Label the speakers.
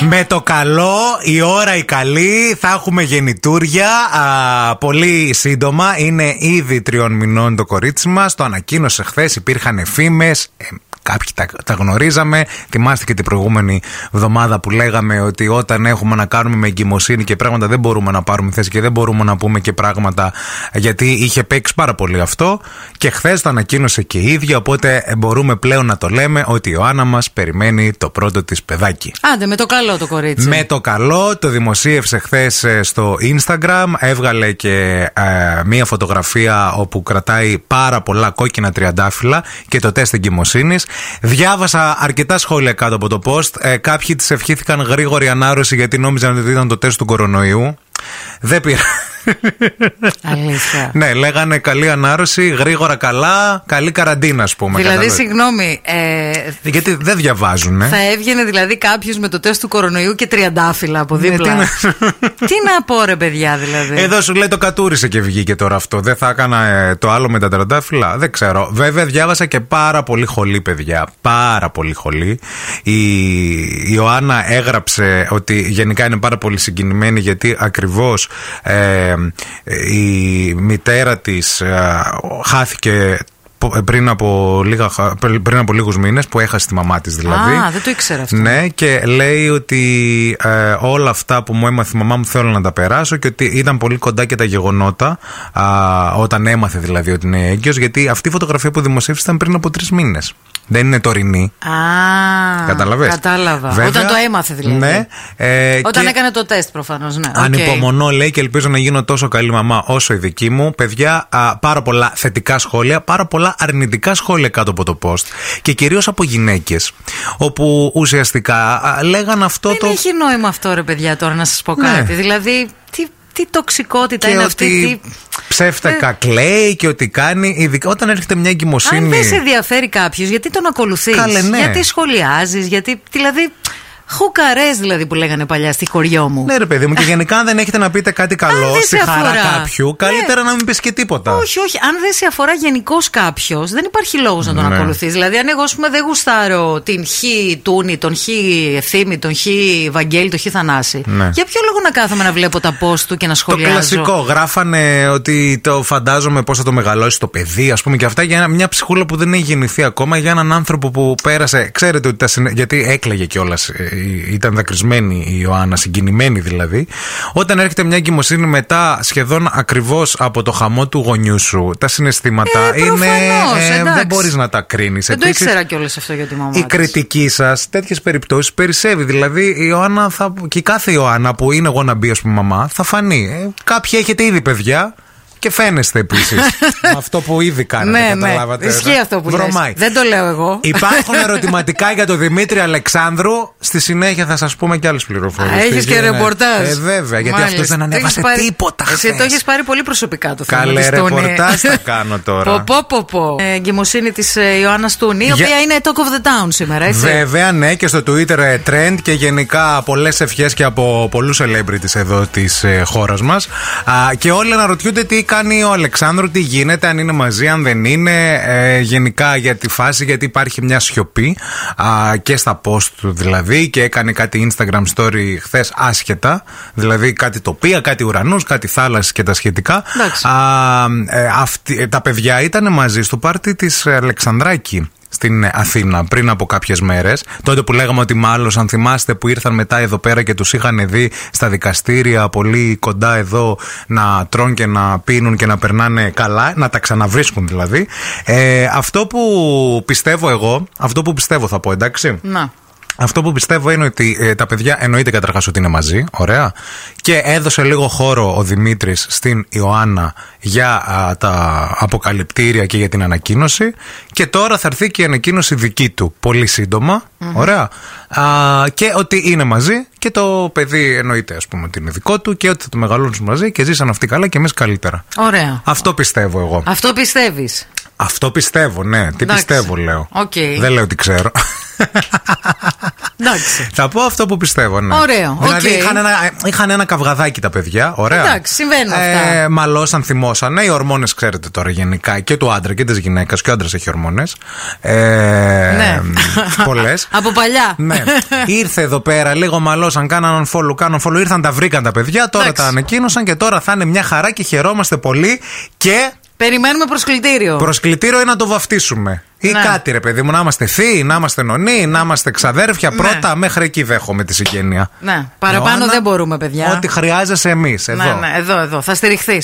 Speaker 1: Με το καλό, η ώρα η καλή, θα έχουμε γεννητούρια α, πολύ σύντομα. Είναι ήδη τριών μηνών το κορίτσι μας. Το ανακοίνωσε χθες, υπήρχαν εφήμες. Ε, Κάποιοι τα, τα γνωρίζαμε. Θυμάστε και την προηγούμενη εβδομάδα που λέγαμε ότι όταν έχουμε να κάνουμε με εγκυμοσύνη και πράγματα δεν μπορούμε να πάρουμε θέση και δεν μπορούμε να πούμε και πράγματα γιατί είχε παίξει πάρα πολύ αυτό. Και χθες το ανακοίνωσε και η ίδια. Οπότε ε, μπορούμε πλέον να το λέμε ότι η Ιωάννα μας περιμένει το πρώτο της παιδάκι.
Speaker 2: Άντε, με το καλό το κορίτσι.
Speaker 1: Με το καλό, το δημοσίευσε χθες στο Instagram. Έβγαλε και ε, μία φωτογραφία όπου κρατάει πάρα πολλά κόκκινα τριαντάφυλλα και το τεστ εγκυμοσύνης. Διάβασα αρκετά σχόλια κάτω από το post. Ε, κάποιοι της ευχήθηκαν γρήγορη ανάρρωση γιατί νόμιζαν ότι ήταν το τεστ του κορονοϊού. Δεν πήρα.
Speaker 2: Αλήθεια.
Speaker 1: ναι, λέγανε καλή ανάρρωση, γρήγορα καλά, καλή καραντίνα, ας πούμε.
Speaker 2: δηλαδή,
Speaker 1: Κατάλαβες.
Speaker 2: συγγνώμη, ε,
Speaker 1: Γιατί δεν διαβάζουν, ε.
Speaker 2: θα έβγαινε δηλαδή κάποιος με το τεστ του κορονοϊού και τριαντάφυλλα από δίπλα.
Speaker 1: Ναι, Ε,
Speaker 2: τι, να πω, ρε παιδιά, δηλαδή.
Speaker 1: Εδώ σου λέει το κατούρισε και βγήκε τώρα αυτό. Δεν θα έκανα ε, το άλλο με τα τραντάφυλλα. Δεν ξέρω. Βέβαια, διάβασα και πάρα πολύ χολή, παιδιά. Πάρα πολύ χολή. Η η Ιωάννα έγραψε ότι γενικά είναι πάρα πολύ συγκινημένη γιατί ακριβώς η μητέρα της χάθηκε πο- ε, πριν από, λίγα, χα- πριν από λίγους μήνες που έχασε τη μαμά της δηλαδή
Speaker 2: Α, δεν το ήξερα αυτό.
Speaker 1: ναι, και λέει ότι ε, όλα αυτά που μου έμαθε η μαμά μου θέλω να τα περάσω και ότι ήταν πολύ κοντά και τα γεγονότα α, όταν έμαθε δηλαδή ότι είναι έγκυος γιατί αυτή η φωτογραφία που δημοσίευσε ήταν πριν από τρεις μήνες. Δεν είναι τωρινή.
Speaker 2: Α,
Speaker 1: Καταλαβες.
Speaker 2: Κατάλαβα.
Speaker 1: Βέβαια,
Speaker 2: Όταν το έμαθε δηλαδή.
Speaker 1: Ναι, ε,
Speaker 2: Όταν
Speaker 1: και-
Speaker 2: έκανε το τεστ προφανώς, ναι. οκ.
Speaker 1: Ανυπομονώ, λέει, και ελπίζω να γίνω τόσο καλή μαμά όσο η δική μου. Παιδιά, α, πάρα πολλά θετικά σχόλια, πάρα πολλά αρνητικά σχόλια κάτω από το post. Και κυρίως από γυναίκες. Όπου ουσιαστικά α, λέγαν αυτό
Speaker 2: Δεν
Speaker 1: το.
Speaker 2: έχει νόημα αυτό, ρε παιδιά, τώρα να σας πω
Speaker 1: Ναι.
Speaker 2: κάτι. Δηλαδή, τι, τι τοξικότητα
Speaker 1: και
Speaker 2: είναι
Speaker 1: ότι
Speaker 2: αυτή. Τι...
Speaker 1: ψεύτακα κλαίει και ότι κάνει. Ειδικά όταν έρχεται μια εγκυμοσύνη.
Speaker 2: Αν δεν σε ενδιαφέρει κάποιος, γιατί τον ακολουθείς.
Speaker 1: Καλέ, ναι.
Speaker 2: Γιατί σχολιάζεις, γιατί. Δηλαδή, χουκαρές δηλαδή που λέγανε παλιά στη χωριό μου.
Speaker 1: Ναι, ρε παιδί μου, και γενικά αν δεν έχετε να πείτε κάτι καλό
Speaker 2: δεν
Speaker 1: στη
Speaker 2: σε
Speaker 1: χαρά
Speaker 2: αφορά. Ναι.
Speaker 1: κάποιου, καλύτερα να μην πεις και τίποτα.
Speaker 2: Όχι, όχι. Αν δεν σε αφορά γενικώς κάποιος, δεν υπάρχει λόγος να τον
Speaker 1: Ναι.
Speaker 2: ακολουθείς. Δηλαδή, αν εγώ ας πούμε, δεν γουστάρω την χ Τούνη, τον χ Ευθύμη, τον χ Βαγγέλη, τον χ Θανάση.
Speaker 1: Ναι.
Speaker 2: Για ποιο λόγο να κάθομαι να βλέπω τα post του και να
Speaker 1: Το
Speaker 2: σχολιάζω.
Speaker 1: κλασικό. Γράφανε ότι το φαντάζομαι πώς θα το μεγαλώσει το παιδί, ας πούμε, και αυτά για ένα- μια ψυχούλα που δεν έχει γεννηθεί ακόμα, για έναν άνθρωπο που πέρασε. Ξέρετε ότι. Τα συνε... Γιατί έκλαιγε κιόλας. Ήταν δακρυσμένη η Ιωάννα, συγκινημένη δηλαδή. Όταν έρχεται μια εγκυμοσύνη μετά, σχεδόν ακριβώς από το χαμό του γονιού σου, τα συναισθήματα
Speaker 2: Ε,
Speaker 1: είναι.
Speaker 2: προφανώς, εντάξει.
Speaker 1: δεν μπορείς να τα κρίνεις.
Speaker 2: Δεν το ήξερα κιόλας αυτό για τη μαμά.
Speaker 1: Η
Speaker 2: της.
Speaker 1: κριτική σας τέτοιες περιπτώσεις περισσεύει. Δηλαδή, η Ιωάννα θα, και η κάθε Ιωάννα που είναι εγώ να μπει, ας πούμε, μαμά, θα φανεί. Ε, κάποιοι έχετε ήδη παιδιά και φαίνεστε επίσης. αυτό που ήδη κάνετε,
Speaker 2: Ναι, ναι.
Speaker 1: καταλάβατε. ε,
Speaker 2: Ισχύει αυτό που λες.
Speaker 1: Βρωμάει.
Speaker 2: Δεν το λέω εγώ.
Speaker 1: Υπάρχουν ερωτηματικά για τον Δημήτρη Αλεξάνδρου. Στη συνέχεια θα σας πούμε και άλλες πληροφορίες.
Speaker 2: Έχεις και ρεπορτάζ.
Speaker 1: Ε, βέβαια, γιατί
Speaker 2: Μάλιστα.
Speaker 1: αυτό δεν
Speaker 2: Το
Speaker 1: ανέβασε
Speaker 2: έχεις πάρει-
Speaker 1: τίποτα.
Speaker 2: Εσύ
Speaker 1: χθες.
Speaker 2: το έχεις πάρει πολύ προσωπικά το θέμα.
Speaker 1: Καλέ,
Speaker 2: της Τούνη.
Speaker 1: ρεπορτάζ θα κάνω τώρα.
Speaker 2: Πω, πω, πω, πω. Ε, Εγκυμοσύνη της Ιωάννας Τούνη, η
Speaker 1: Για-
Speaker 2: οποία είναι talk of the town σήμερα, έτσι.
Speaker 1: Βέβαια, ναι, και στο Twitter ε, trend και γενικά πολλές ευχές και από πολλούς celebrities εδώ ε, τη χώρας μας. Και όλοι αναρωτιούνται τι κάνει ο Αλεξάνδρου, τι γίνεται, αν είναι μαζί, αν δεν είναι. ε, γενικά για τη φάση, γιατί υπάρχει μια σιωπή α, και στα post του δηλαδή. Και έκανε κάτι Instagram story χθες άσχετα. Δηλαδή κάτι τοπία, κάτι ουρανούς, κάτι θάλασσες και τα σχετικά.
Speaker 2: Εντάξει.
Speaker 1: Α, ε, αυτοί- ε, τα παιδιά ήταν μαζί στο πάρτι της Αλεξανδράκη στην Αθήνα πριν από κάποιες μέρες. Τότε που λέγαμε ότι μάλλον, αν θυμάστε, που ήρθαν μετά εδώ πέρα και τους είχαν δει στα δικαστήρια πολύ κοντά εδώ να τρώνε και να πίνουν και να περνάνε καλά, να τα ξαναβρίσκουν δηλαδή. Ε, αυτό που πιστεύω εγώ, αυτό που πιστεύω θα πω, εντάξει.
Speaker 2: Να.
Speaker 1: Αυτό που πιστεύω είναι ότι ε, τα παιδιά εννοείται καταρχάς ότι είναι μαζί, ωραία. Και έδωσε λίγο χώρο ο Δημήτρης στην Ιωάννα για α, τα αποκαλυπτήρια και για την ανακοίνωση. Και τώρα θα έρθει και η ανακοίνωση δική του πολύ σύντομα, ωραία. Α, και ότι είναι μαζί και το παιδί εννοείται, ας πούμε, ότι είναι δικό του και ότι θα το μεγαλώσουν μαζί και ζήσαν αυτοί καλά και εμείς καλύτερα.
Speaker 2: Ωραία.
Speaker 1: Αυτό πιστεύω εγώ.
Speaker 2: Αυτό πιστεύεις.
Speaker 1: Αυτό πιστεύω, ναι. Τι
Speaker 2: Εντάξει.
Speaker 1: πιστεύω, λέω.
Speaker 2: Οκ.
Speaker 1: Δεν λέω ότι ξέρω.
Speaker 2: Εντάξει.
Speaker 1: Θα πω αυτό που πιστεύω, ναι.
Speaker 2: Ωραίο,
Speaker 1: Δηλαδή
Speaker 2: οκ.
Speaker 1: είχαν, ένα, είχαν ένα καυγαδάκι τα παιδιά. Ωραία. Ε,
Speaker 2: Εντάξει, συμβαίνουν αυτά.
Speaker 1: Μαλώσαν, θυμώσανε. Οι ορμόνες, ξέρετε τώρα γενικά, και του άντρα και της γυναίκας. Και ο άντρας έχει ορμόνες. Ε,
Speaker 2: Ναι.
Speaker 1: Πολλές.
Speaker 2: Από παλιά.
Speaker 1: ναι. Ήρθε εδώ πέρα, λίγο μαλώσαν, κάναν follow, κάναν follow. Ήρθαν, τα βρήκαν τα παιδιά, τώρα
Speaker 2: Εντάξει.
Speaker 1: τα ανακοίνωσαν και τώρα θα είναι μια χαρά και χαιρόμαστε πολύ. Και
Speaker 2: Περιμένουμε προσκλητήριο.
Speaker 1: Προσκλητήριο είναι να το βαφτίσουμε. Ή
Speaker 2: Ναι.
Speaker 1: κάτι, ρε παιδί μου, να είμαστε θείοι, να είμαστε νονοί, να είμαστε ξαδέρφια. Πρώτα μέχρι εκεί δέχομαι τη συγγένεια.
Speaker 2: Ναι, παραπάνω
Speaker 1: Ιωάννα,
Speaker 2: δεν μπορούμε, παιδιά.
Speaker 1: Ό,τι χρειάζεσαι εμείς εδώ.
Speaker 2: Ναι, ναι, εδώ, εδώ. Θα στηριχθείς.